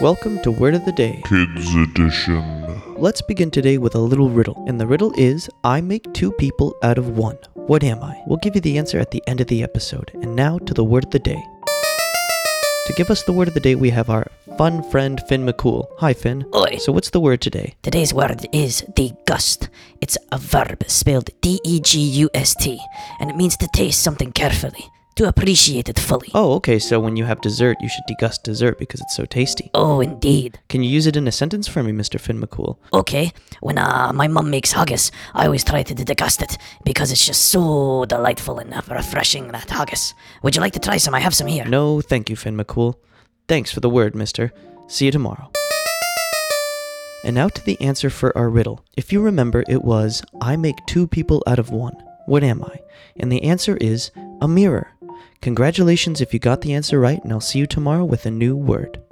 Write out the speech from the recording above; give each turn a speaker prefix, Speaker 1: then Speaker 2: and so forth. Speaker 1: Welcome to Word of the Day.
Speaker 2: Kids Edition.
Speaker 1: Let's begin today with a little riddle. And the riddle is I make two people out of one. What am I? We'll give you the answer at the end of the episode. And now to the word of the day. To give us the word of the day, we have our fun friend Finn McCool. Hi, Finn.
Speaker 3: Oi.
Speaker 1: So, what's the word today?
Speaker 3: Today's word is degust. It's a verb spelled D E G U S T, and it means to taste something carefully, to appreciate it fully.
Speaker 1: Oh, okay. So, when you have dessert, you should degust dessert because it's so tasty.
Speaker 3: Oh, indeed.
Speaker 1: Can you use it in a sentence for me, Mr. Finn McCool?
Speaker 3: Okay, when uh, my mum makes haggis, I always try to degust it because it's just so delightful and uh, refreshing, that haggis. Would you like to try some? I have some here.
Speaker 1: No, thank you, Finn McCool. Thanks for the word, mister. See you tomorrow. And now to the answer for our riddle. If you remember, it was I make two people out of one. What am I? And the answer is a mirror. Congratulations if you got the answer right, and I'll see you tomorrow with a new word.